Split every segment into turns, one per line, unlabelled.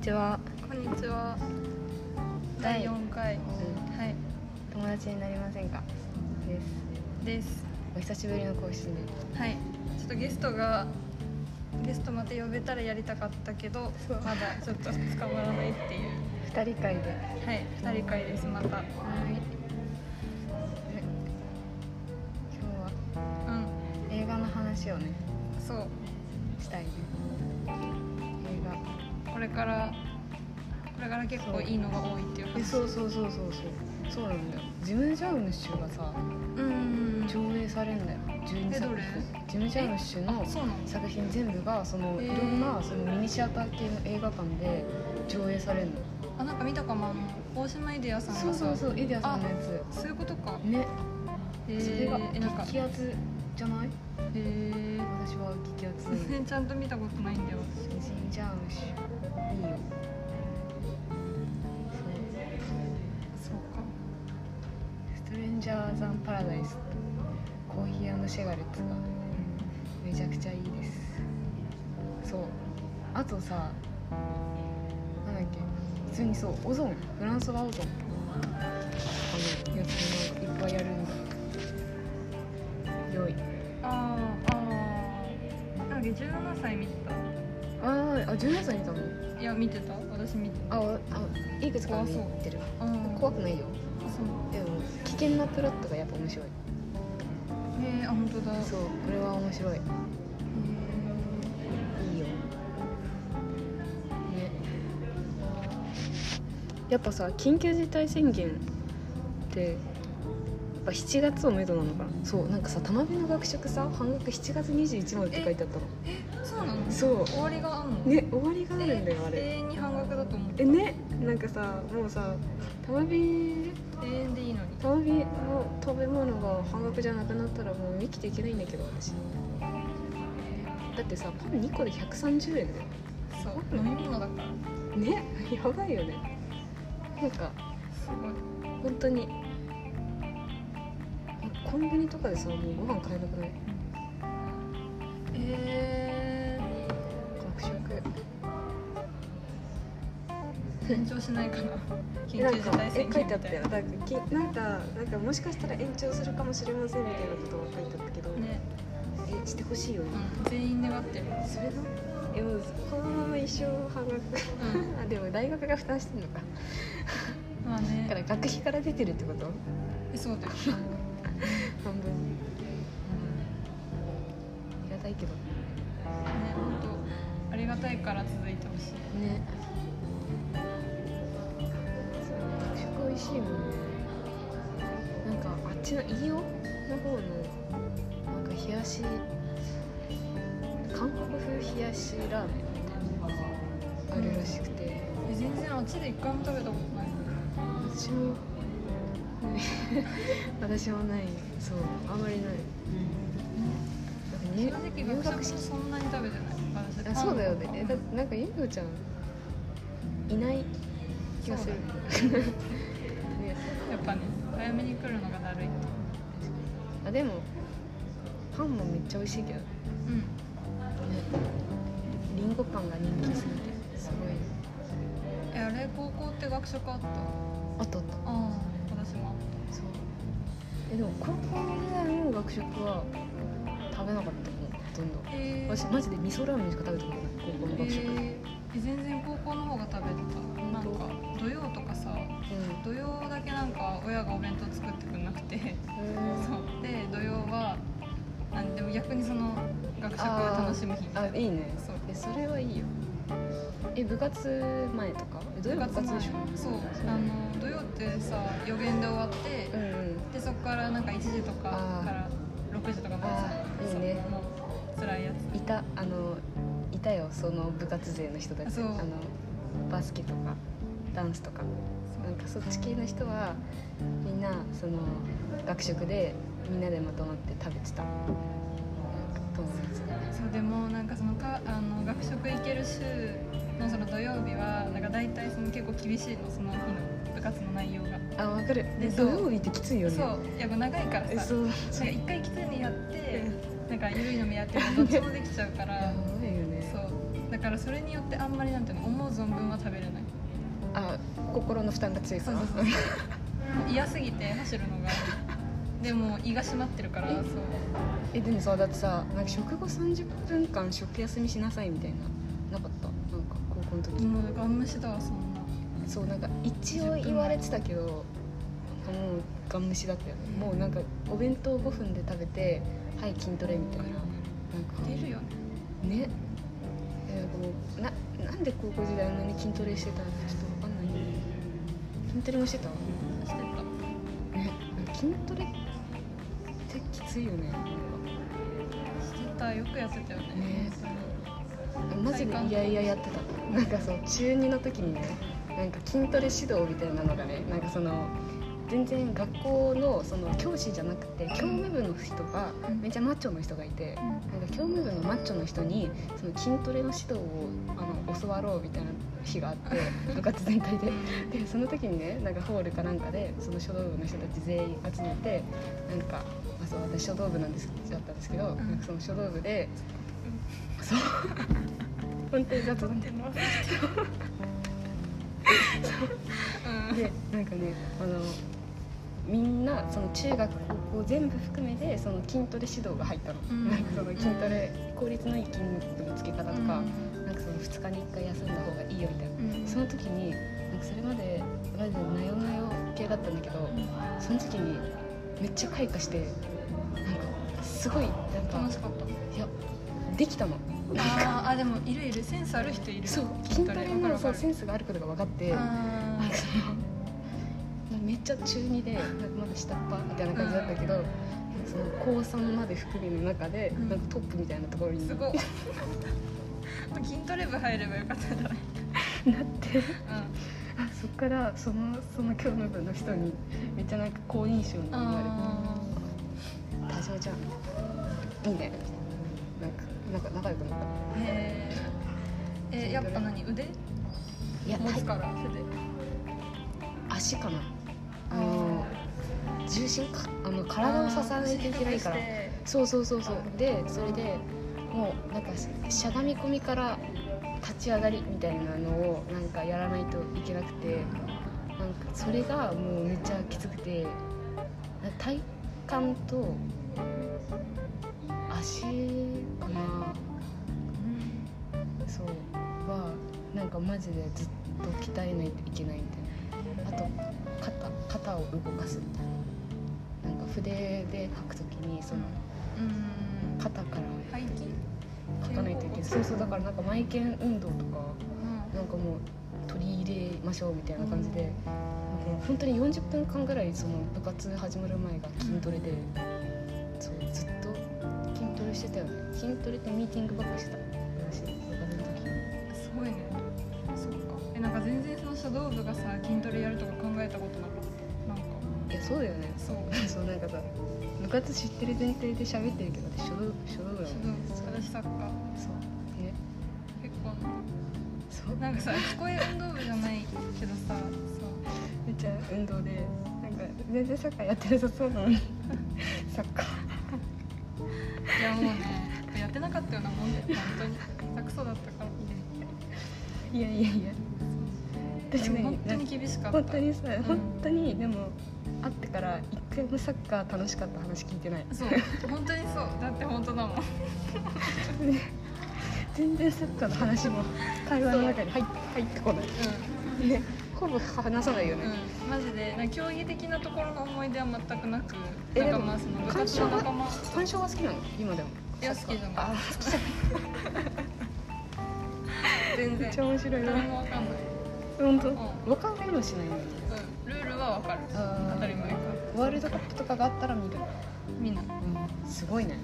ちは、
こんにちは。
第
第4回。はい。
友達になりませんかです
です。
お久しぶりの更新で
はい。ちょっとゲストが。ゲストまた呼べたらやりたかったけど、
そう
まだちょっと捕まらないっていう。
二人会で
はい、二人会です。また。
はいえ今日は
うん。
映画の話をね
そう。
したいね映画
これから。これから結構いいのが多いっていう話。
えそうそうそうそうそうそうなんだよジム・ジャームッシュがさ
うん。
上映されんだよ12
えど
作
れ
品ジム・ジャームッシュの
あ、そうなの。
作品全部がその
へ
い
ー
ろんなそのミニシアター系の映画館で上映されるの
あ、なんか見たかも。あの大島エディアさんが
そうそう
さ。
そうイデアさんのやつ
そういうことか。
ね
え
それが
え、なんか。
激アツじゃない
え
私は激ア ツ
全然ちゃんと見たことないんだよ。
ジンジャームッシュいいよそう
そうか。
ストレンジャー・ザン・パラダイスコーヒーシェガレッツがめちゃくちゃいいですそうあとさなんだっけ普通にそうオゾンフランスはオゾンあのやつもいっぱいやるんだよい
あーあーなんか17歳見て
あーあ17歳にいたの
たいや見てた私見てた
ああいくつか見てる
あー
怖くないよ
そう
でも危険なプロットがやっぱ面白い
へえあ本当だへ
そうこれは面白い
ー
いいよねやっぱさ緊急事態宣言ってやっぱ7月をめどなのかなそうなんかさ玉美の学食さ半額7月21までって書いてあったの
えそうなの
そ
終わりがあんの
うね終わりがあるんだよあ
永
れ
遠に半額だと思う
えねなんかさもうさ玉美
永遠でいいのに
玉美の食べ物が半額じゃなくなったらもう生きていけないんだけど私だってさパン2個で130円だよ
そう飲み物だから
ね やばいよねなんか
すごい
本当にコンビニとかでさもうご飯買えなくない
え
学食
ー、延長しないかな緊
なん
急事
か
態
え
宣
書い
言
て
みた
あ
い
った
な
よなんかきなんかなんかもしかしたら延長するかもしれませんみたいなことが書いてあったけど、
ね、
えしてほしいよね
うん、全員願ってる
それがえもうこのまま一生半額
うん
あでも大学が負担してんのか
まあ
だか
ね
ら学費から出てるってこと
えそうだよ
半分ありがたいけど
ね本当ありがたいから続いてほしい
ねそう学食美味しいもんねなんかあっちの飯尾の方のなんか冷やし韓国風冷やしラーメンみたいなのがあるらしくて
え全然あっちで一回も食べたことない
私も 私もないそうあんまりない
正
なんか
直
入入
学食
学
も
式
そんなに食べてない
あ
私
そうだよ
パ
ね
ン
えだなんかゆうこちゃんいない気がする
そう だ
ね
やっぱね早めに来るのがだるいって
あでもパンもめっちゃ美味しいけどね
う
り
ん
んごパンが人気すぎてすごい
えあれ高校って学食あったあ
あったあった
あ私も
そうえでも高校時代の学食は食べなかったもんほとんど
えー、
私マジで味噌ラーメンしか食べたことない高校の
え
学食、
ーえ全然高校の方が食べてたなんか土曜とかさ土曜だけなんか親がお弁当作ってくれなくて
う ん
そうで土曜はなんでも逆にその学食を楽しむ日みた
あ
いない
いね
そう
えそれはいいよえ部活前とかえどういう部活でしょ
そうあの土曜ってさ予言で終わって、
うんうん
でそこからなんか1時とか
あー
から6時とかまでさ
あーいいね
そうもう辛いや
いたあのいたよその部活勢の人た
あ
ち
そ
あ
う
のバスケとかダンスとかなん
つ
かそっち系の人はみんなその学食でみんなでまとまって食べてた友達が
そうそうでもなんかそのかあの学食行ける週のその土曜日はなんか大体その結構厳しいのその日の部活の内容が、
あわかる
で
で
そ
土
う
曜日ってきついよね
そうやっぱ長いから
え
さ
そう
なんか一 回きついのやってなんか緩いのもやってるとどっちもできちゃうか
や
ら
ばいよね
そうだだからそれによってあんまりなんていうの思う存分は食べれない
あ心の負担が強いか
そう
ら
そうそうそう嫌すぎて走るのがでも胃が締まってるからそう
えでもさだってさなんか食後30分間食休みしなさいみたいななかったなんか高校の時、
もうガン無視だわそんな
そうなんか一応言われてたけどなんかもうガン無視だったよね、もうなんかお弁当5分で食べてはい筋トレみたいななんか
出るよね
ねえーこうななんで高校時代あんなに筋トレしてたのかちょっとわかんない筋トレもしてた
してた
ねなんか筋トレってきついよねなんか
してたよくやってたよね
ねマジでいやいややってたなんかその中2の時にねなんか筋トレ指導みたいなのがねなんかその全然学校のその教師じゃなくて教務部の人が
うん
めっちゃマッチョの人がいて
うん
なんか教務部のマッチョの人にその筋トレの指導をあの教わろうみたいな日があ って部活全体ででその時にねなんかホールかなんかでその書道部の人たち全員集めてなんか、まあ、そう私書道部なんですだったんですけど、
ん
なんかその書道部で、そう 本当に雑談で
うん
でなんかねあのみんなその中学高校全部含めてその筋トレ指導が入ったの、
うん
なんかその筋トレ効率のいい筋肉のつけ方とか、
う
なんんかその2日に1回休んだ方がいいよみたいな
うん
その時になんかそれまでマジでなよなよ系だったんだけど、その時にめっちゃ開花してなんかすごいなん
楽
か
しかった
いやできたの
あーあでもいるいるセンスある人いる
そう筋トレのそう
わかるわか
セ
る
ンスがあることが分かってなんか
あー
そのめっちゃ中二でなんかまだ下っ端みたいな感じだったけど、その高3まで含めの中で、
うん
なんかトップみたいなところに
す
な
ごい筋トレ部入ればよかったんじゃない、
ってあそっからそのその教務部の人にめっちゃなんか好印象に
うん、
言われ
あ
て「田島ちゃんいいね」なんかなんか仲良くなった
ーへーえやっぱ何腕
いや
持
体
つから手で
足かなあの重心かあの体を支えないといけないから
あー腰低くして
そうそうそうそうでそれでもうなんかししゃがみ込みから立ち上がりみたいなのをなんかやらないといけなくてなんかそれがもうめっちゃきつくてな体幹と足かなそうはなんかマジでずっと鍛えないといけないみたいなあと肩肩を動かすみたいななんか筆で描くときにその
うん
肩から
背筋
書かないといけないそうそうだからなんか前剣運動とかなんかもう取り入れましょうみたいな感じで、なんか本当に40分間ぐらいその部活始まる前が筋トレで、そうずっと筋トレしてたよね筋トレってミーティングばっかしてた私部活の時
うんすごいねそっかえなんか全然その書道部がさ筋トレやるとか考えたことなかったなんか
いやそうだよね
そう
そうなんかさ部活知ってる前提で喋ってるけど私書道書道だよ
書
ね
道部私サッカー
そうね
結構
そう
なんかさ聞こえ運動部じゃないけどさそう
めっちゃ運動でなんか全然サッカーやってなさそうな のにサッカー
いやもうねやってなかったようなもんで本当に下手くそだったから
いやいやいや確か
でも
に
本当
なん
に
か
厳しかった
本当にさ、本当にでも会ってから一回もサッカー楽しかった話聞いてない
そう本当にそうだって本当だもん
全然サッカーの話も会話の中に入って入ってこな
う
いね ほぼ話さないよ
ん、
ね、
うん、マジでなんか競技的なところの思い出は全くなく
え
なん
で
か
も
まあその部活の仲間
鑑賞は好きなの今でも
いや好きじゃない
あ好きじゃない
全
め
然
っちゃ面白い
誰
な
もわかんない、
本当
う
わかんないのしないの
うん、ルールはわかる
あー
当たり前か
ワールドカップとかがあったら見る、
みんな、
うん、すごいね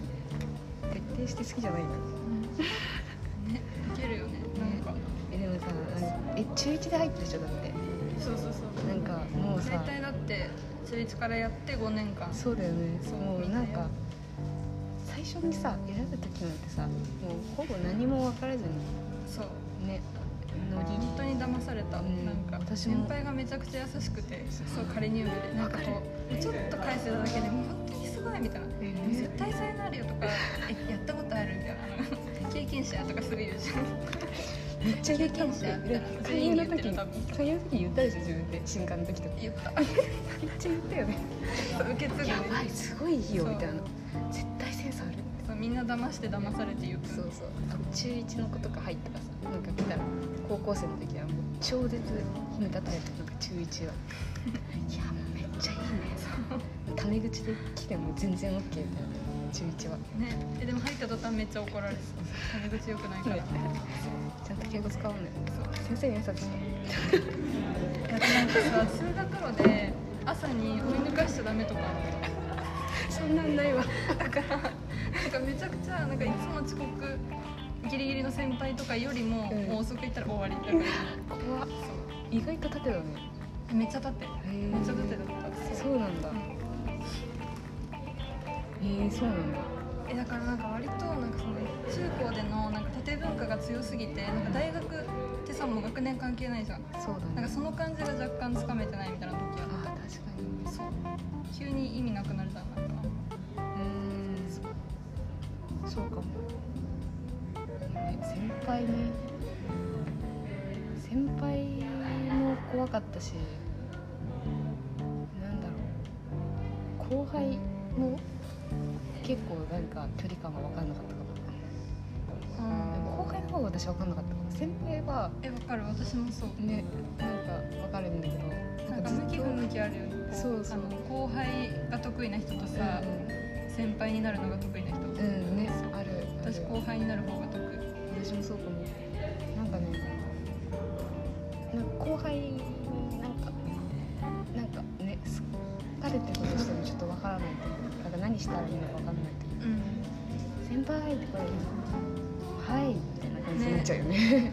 徹底して好きじゃないの
ねいけるよねなんか
えでもさあのえ中1で入ったでしょだって
そうそうそう
なんかもう
大
さ
体だって中1からやって5年間
そうだよね
そう
もうなんか最初にさ選ぶ時なんてさもうほぼ何も分からず
そう
にねノリ
本当に騙された、
うん
なんか
私も
先輩がめちゃくちゃ優しくてそう仮入部でなんかこうちょっと返してただけでもう本当にすごいみたいな
え
絶対才能あるよとかえやったことあるみたいなあの経勤者とかすぐいるじゃん
めっちゃ言ったもん
経験者
ね
だから
会員の
全員言って
時
る多分
会員の時言ったでしょ自分で新刊の時とか
言った
めっちゃ言ったよね
そう受け継ぐね
やばいすごいいいよ
そう
みたいな絶対センスある
そうみんな騙して騙されていく
そうそう中1の子とか入ったらさなんか見たら高校生の時はもう超絶褒めたたえてなんか中1はい やもうめっちゃいいねそうタメ口で来ても全然 OK みたいな中1は
ねえでも入った途端めっちゃ怒られるタメ口良くないから、
ねちゃんと敬語使おうね
そう
先生に挨拶して
だってなんかさ通学路で朝に追い抜かしちゃダメとか
そんなんないわ
だからなんかめちゃくちゃなんかいつも遅刻ギリギリの先輩とかよりも、
うん
もう遅く行ったら終わりだから
怖っ
そ
意外と縦だね
うめっちゃ立って
へ
めっちゃ立って
え
だった
そうなんだ
うん
えー、そうなんだ
えだからなんか割となんかその中高でのなんか縦文化が強すぎてなんか大学ってさもう学年関係ないじゃん
そうだ
なん
ね
かその感じが若干つかめてないみたいな時
ああ
は
確かに
そう急に意味なくなるじゃんなんか
うーんそうかもでもね先輩ね先輩も怖かったしなんだろう後輩も結構なんか距離感が分かんなかったかも後輩の方が私分かんなかったかも先輩は
えわかる私もそう
ねなんか分かるんだけど
なんか
ずっ
向き
と
不向きあるよね
そうそう
あの後輩が得意な人とさ、
う
先輩になるのが得意な人
ん、うん、ねあるある
私後輩になる方が得意
私もそうかもなんかねなんか後輩になんかなんかね疲れてことしてもちょっとわからないというかなんか何したらいいのかわかんないという
うん
か先輩ってこれはいみたいな感じになっちゃうよね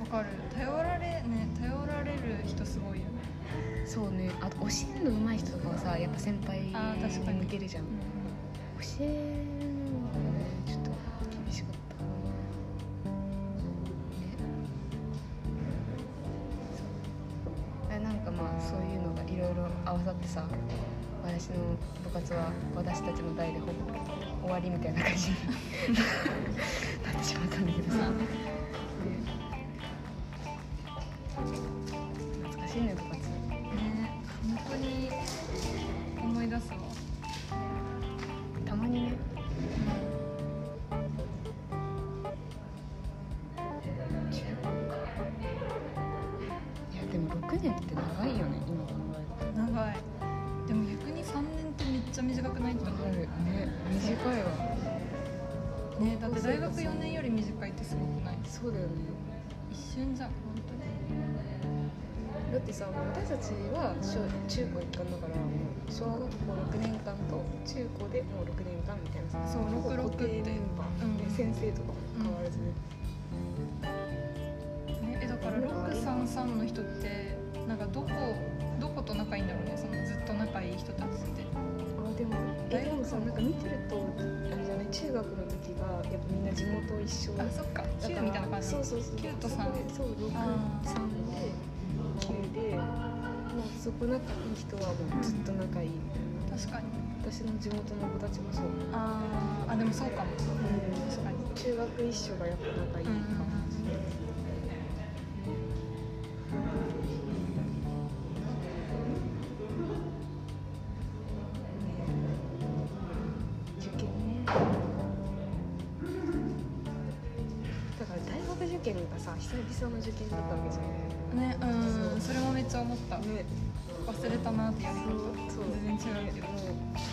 わかる頼られね頼られる人すごいよね、
そうねあと教えるの上手い人とかはさやっぱ先輩に
あー確かに
向けるじゃん教えるのがねちょっと厳しかったかなねそうあなんかまあそういうのがいろいろ合わさってさ私の部活は私たちの代でほぼ終わりみたいな感じになって しまったんだけどさ、
まあ
ね
ね、
懐かしいね部活
ね本当に思い出すわ
たまにね中高かいやでも6年って長いよね今考え
長いでも逆に3年ってめっちゃ短くないって
た
思
るね短いわ
うねだって大学4年より短いってすごくない
そうだよね
一瞬じゃん本当に
だってさもう私たちは小中高一貫だからもう小学校6年間と中高でもう6年間みたいなさ
そう
ほぼ
六六
固定メンバ
って
ーで、
うん
先生とかも変わらず、
ね、えだから633の人ってなんかどこどこと仲いいんだろうねそのずっと仲いい人たちって
あでもえでもさなんか見てるとあれじゃない中学の時がやっぱみんな地元一緒
あそっ
だ
か
から
9みたいな感じ
そうそうそう
キュートさん
そう六
あー
三で九でもうそこ仲いい人はもうずっと仲いい、
確かに
私の地元の子たちもそう、
あーあでもそうかも確かに
中学一緒がやっぱ仲いいか
うんうん
もしれない、受験ねだから大学受験がさ久々の受験だったわけじゃ
うんねうんそれもめっちゃ思った
んね
忘れたなってやり
そう
方
そう
全然違うけど
もう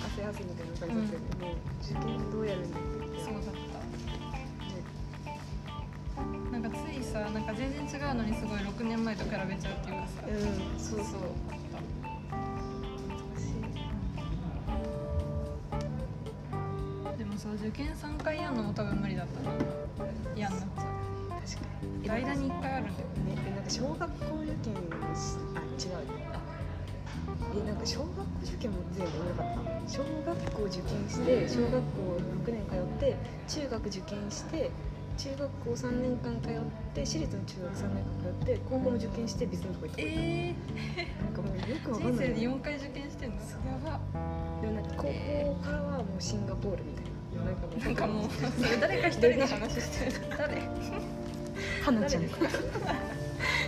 汗汗みたいな感じだったよね、もう受験どうやるんだっけ
そうだったなんかついさなんか全然違うのにすごい6年前と比べちゃうっていうかさ
ねうんそうそう懐
あった
かしい
でもさ受験3回やんのも多分無理だったな嫌になっちゃ
確か
う
に
間に1回あるんだよ
ねえなんか小学校受験もしあ違うあえなんか小学校受験も全部なかった小学校受験して小学校6年通って中学受験して中学校3年間通って私立の中学3年間通って高校も受験して別のとこ行った、
え
なんかもうよく
ー、
わかん
人
ない
生で
で
4回受験してんのやば
もなんか高校からはもうシンガポールみたいななんかもう
なんかもうそれ 誰か一人の話してる誰
花ちゃん
誰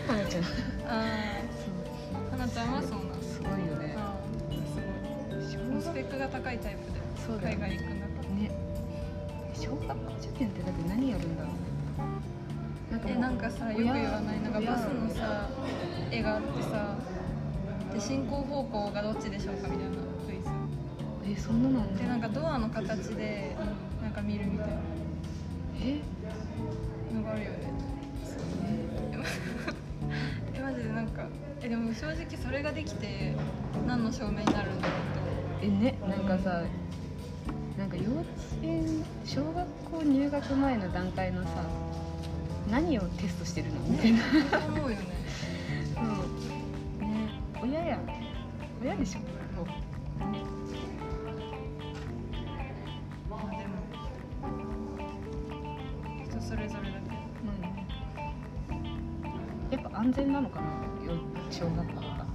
花ちゃんそ
ああ花ちゃんはそうなん
うすごいよね
ああ
小
すごいス
学
ペックが高いタイプで
そうだ
海
よね
外行く中で
ね小学校受験ってだって何やるんだろうなん
え
もう
なんかさよく言わないのが
親
バスのさ絵があってさで進行方向がどっちでしょうかみたいなクイズ
えそんなのあんの
でなんかドアの形でなんか見るみたいな
え
のがあるよねえマジでなんかえでも正直それができて何の証明になるんだろうって思
えねなんかさなんか幼稚園小学校入学前の段階のさ何をテストしてるのみたいな
う思うよね
うんね親やん親でしょもうね
まあでも人それぞれだけど
うんやっぱ安全なのかなよ小学校とか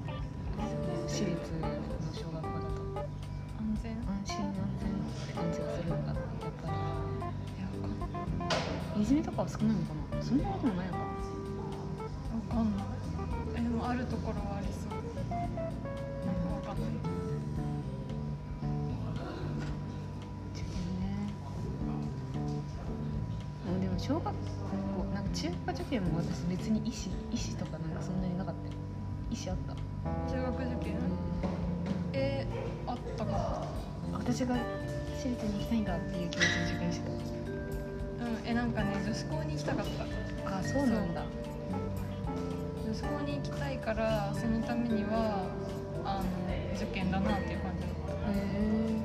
私立の小学校だと
安全い
安心安全って感じがするのかなやっぱ
やわかんない
りいじめとかは少ないのかなそんなこともないのかな
わかんないえでもあるところはありそうわかんない
受験ねうんでも小学校なんか中学受験も私別に医師医師とかなんかそんなになかったよ医師あった、
中学受験えー、あったかな
私が私立に行きたいんだっていう気持ちで受験して
うんえなんかね女子校に行きたかった
たあそうなんだ
女子校に行きたいからそのためにはあの受験だなっていう感じだった
へえ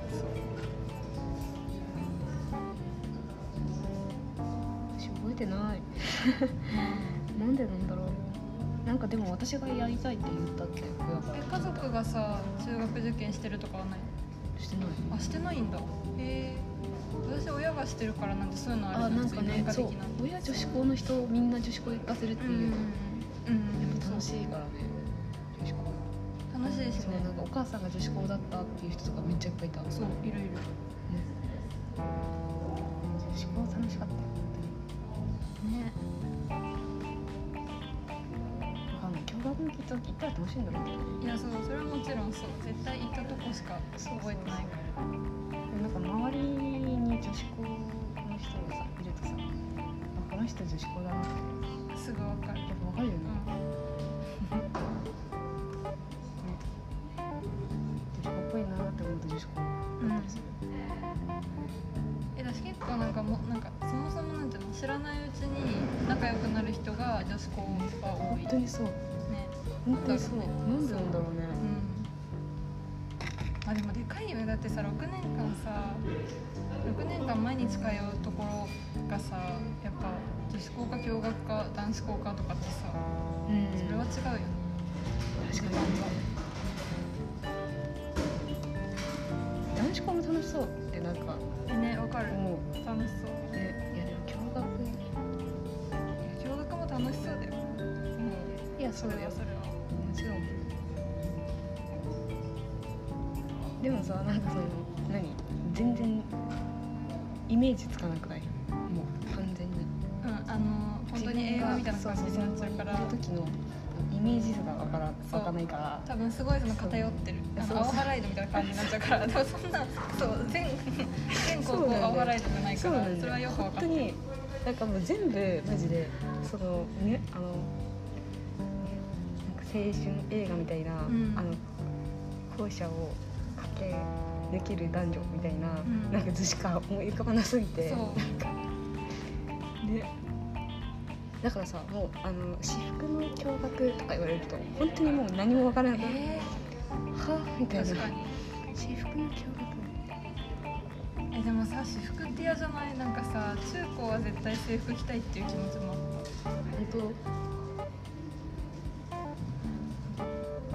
私覚えてない なんでなんだろうなんかでも私がやりたいって言ったっけ親が
え家族がさ中学受験してるとかはない
してない
あしてないんだへえ私親がしてるからなんてそういうのあ
あ
る
なんかね
別
そ
に
う
なんかできない
親女子校の人みんな女子校行かせるって
う
いう、
んうん
や
う
っ
ん
ぱ楽しいからね女子校
楽しいし
そう
ね
なんかお母さんが女子校だったっていう人とかめっちゃいっぱいいた
そういるいる
ね女子校楽しかったよ
ね
本当にわかんない共学のきっと行ったら楽しいんだろうけど
いやそうそれはもちろんそう絶対行ったとこしか覚えてないから
なんか周りに女子校の人がさいるとさあこの人女子校だなって
すぐわかる、
やっぱわかるよね
う、ん
女子校っぽいなって思うと女子校だったりする、
えだし結構なんかもなんかそもそもなんていうの知らないうちに仲良くなる人が女子校が多い
本当にそう
ね
本当にそうなんでなんだろうね
うんあでもでかいよねだってさ6年間さ6年間毎日通うところがさやっぱ女子校か共学か男子校かとかってさ
うん
それは違うよね、
確かに男子校も楽しそうってなんか
えねわかる
思
楽しそう
うでいやでも共学
いや共学も楽しそうだよも
いや
うそれはそれは
もちろんでもさなんかその何全然イメージつかなくないもう完全に
うんあの本当に映画みたいな感じになっちゃうから
その時のイメージ図がわから
そう
わかんないから
多分すごいその偏ってるあ
そう
のアオハライドみたいな感じになっちゃう からでもそんなそう全全高校アオハライドじゃないからそれはよく分
本当
かる
になんかもう全部マジでそのねあのなんか青春映画みたいな、
ん
あの校舎を駆け抜ける男女みたいな、
ん
なんか図しか思い浮かばなすぎて
そう
ねだからさもうあの私服の共学とか言われると本当にもう何もわからなくなる
え
はあみた
ー、
いな
確かに
私服の共
えでもさ私服って嫌じゃないなんかさ中高は絶対制服着たいっていう気持ちも
学本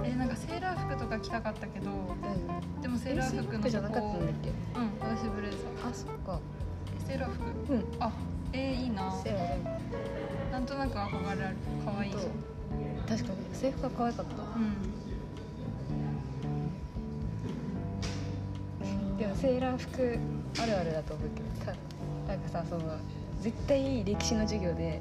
えなんかセーラー服とか着たかったけど
当うん
でもセーラー服の
じゃなか
と
った
こ
んだっけ
うん私ブレザー
あそっか
えセーラー服
うん
あえー、いいな
セーラーだよ
なんとなく憧れある可愛いし
そう確かに制服が可愛かった
うん
でもセーラー服あるあるだと思うけどたなんかさその絶対歴史の授業で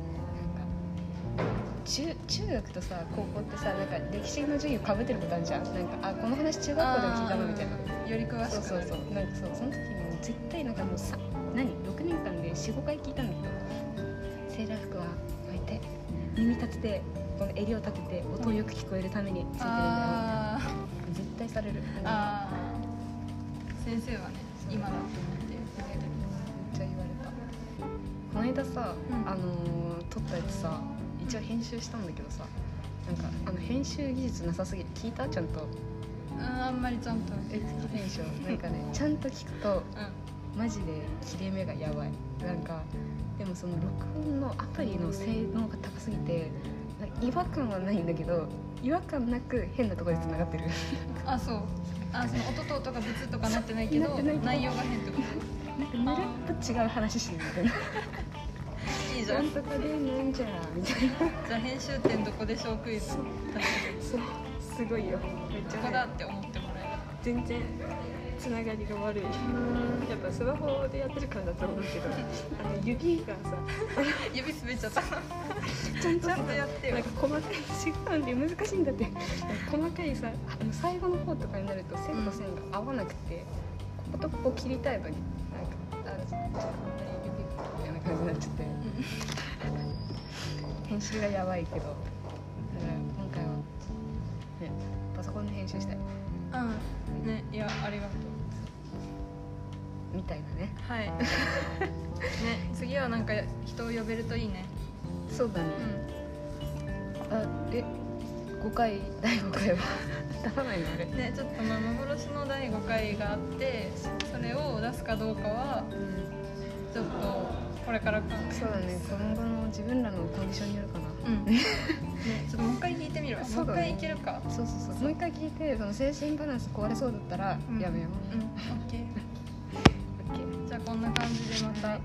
なんか中中学とさ高校ってさなんか歴史の授業かぶってることあるじゃんなんかあこの話中学校でも聞いたのみたいな
より詳しく
そうそうそうなんかそうその時に絶対なんかもうさ何6年間で45回聞いたんだけどセーラー服は巻いて耳立ててこの襟を立てて音をよく聞こえるためについてるんだよみたいな
あー
絶対される
あー先生はね今だと思ってあげて
めっちゃ言われたこの間さ、
うん
あのー撮ったやつさ一応編集したんだけどさなんかあの編集技術なさすぎて聞いたちゃんと
うんあんまりちゃんと
え聞いてないでしょ なんかねちゃんと聞くと
う
マジで切れ目がやばいなんかでもその録音のアプリの性能が高すぎてなんか違和感はないんだけど違和感なく変なところでつながってる
んあそうあその音と音が別とかなってないけど
なってないけど
内容が変ってこ
なんかぬるっと違う話してるみたい な
とい
「
いじゃ
なんんとかでなんじゃら」みたいな
じゃあ編集点どこでしょうクイズこ
そうすごいよめっちゃ
こだって思ってもらえ
全然つながりが悪いやっぱスマホでやってるからだと思う けどあの指がさ
る指滑っちゃった
ちゃん
ちゃんとやってよ
なんか細かい違うんで難しいんだって細かいさあの最後の方とかになると線と線が合わなくて、こことここ切りたいのになんかあちょっと指みたいな感じになっちゃって編集がやばいけどだから今回は、ね、パソコンで編集したい
うんねいやありがとう
みたいなね
はいね次はなんか人を呼べるといいね
そうだね、
う
あえ5回第5回は 出さないのあれ
んねちょっとまあ幻の第5回があってそれを出すかどうかはちょっとこれから考え
そうだね今後の自分らのコンディションによるかな
うん ねちょっともう一回聞いてみるわ
そうだね
もう一回いけるか
そうそうそうもう一回聞いてその精神バランス壊れそうだったら
うん
やめよう、
うんオッケー
オッケー
じゃあこんな感じでまた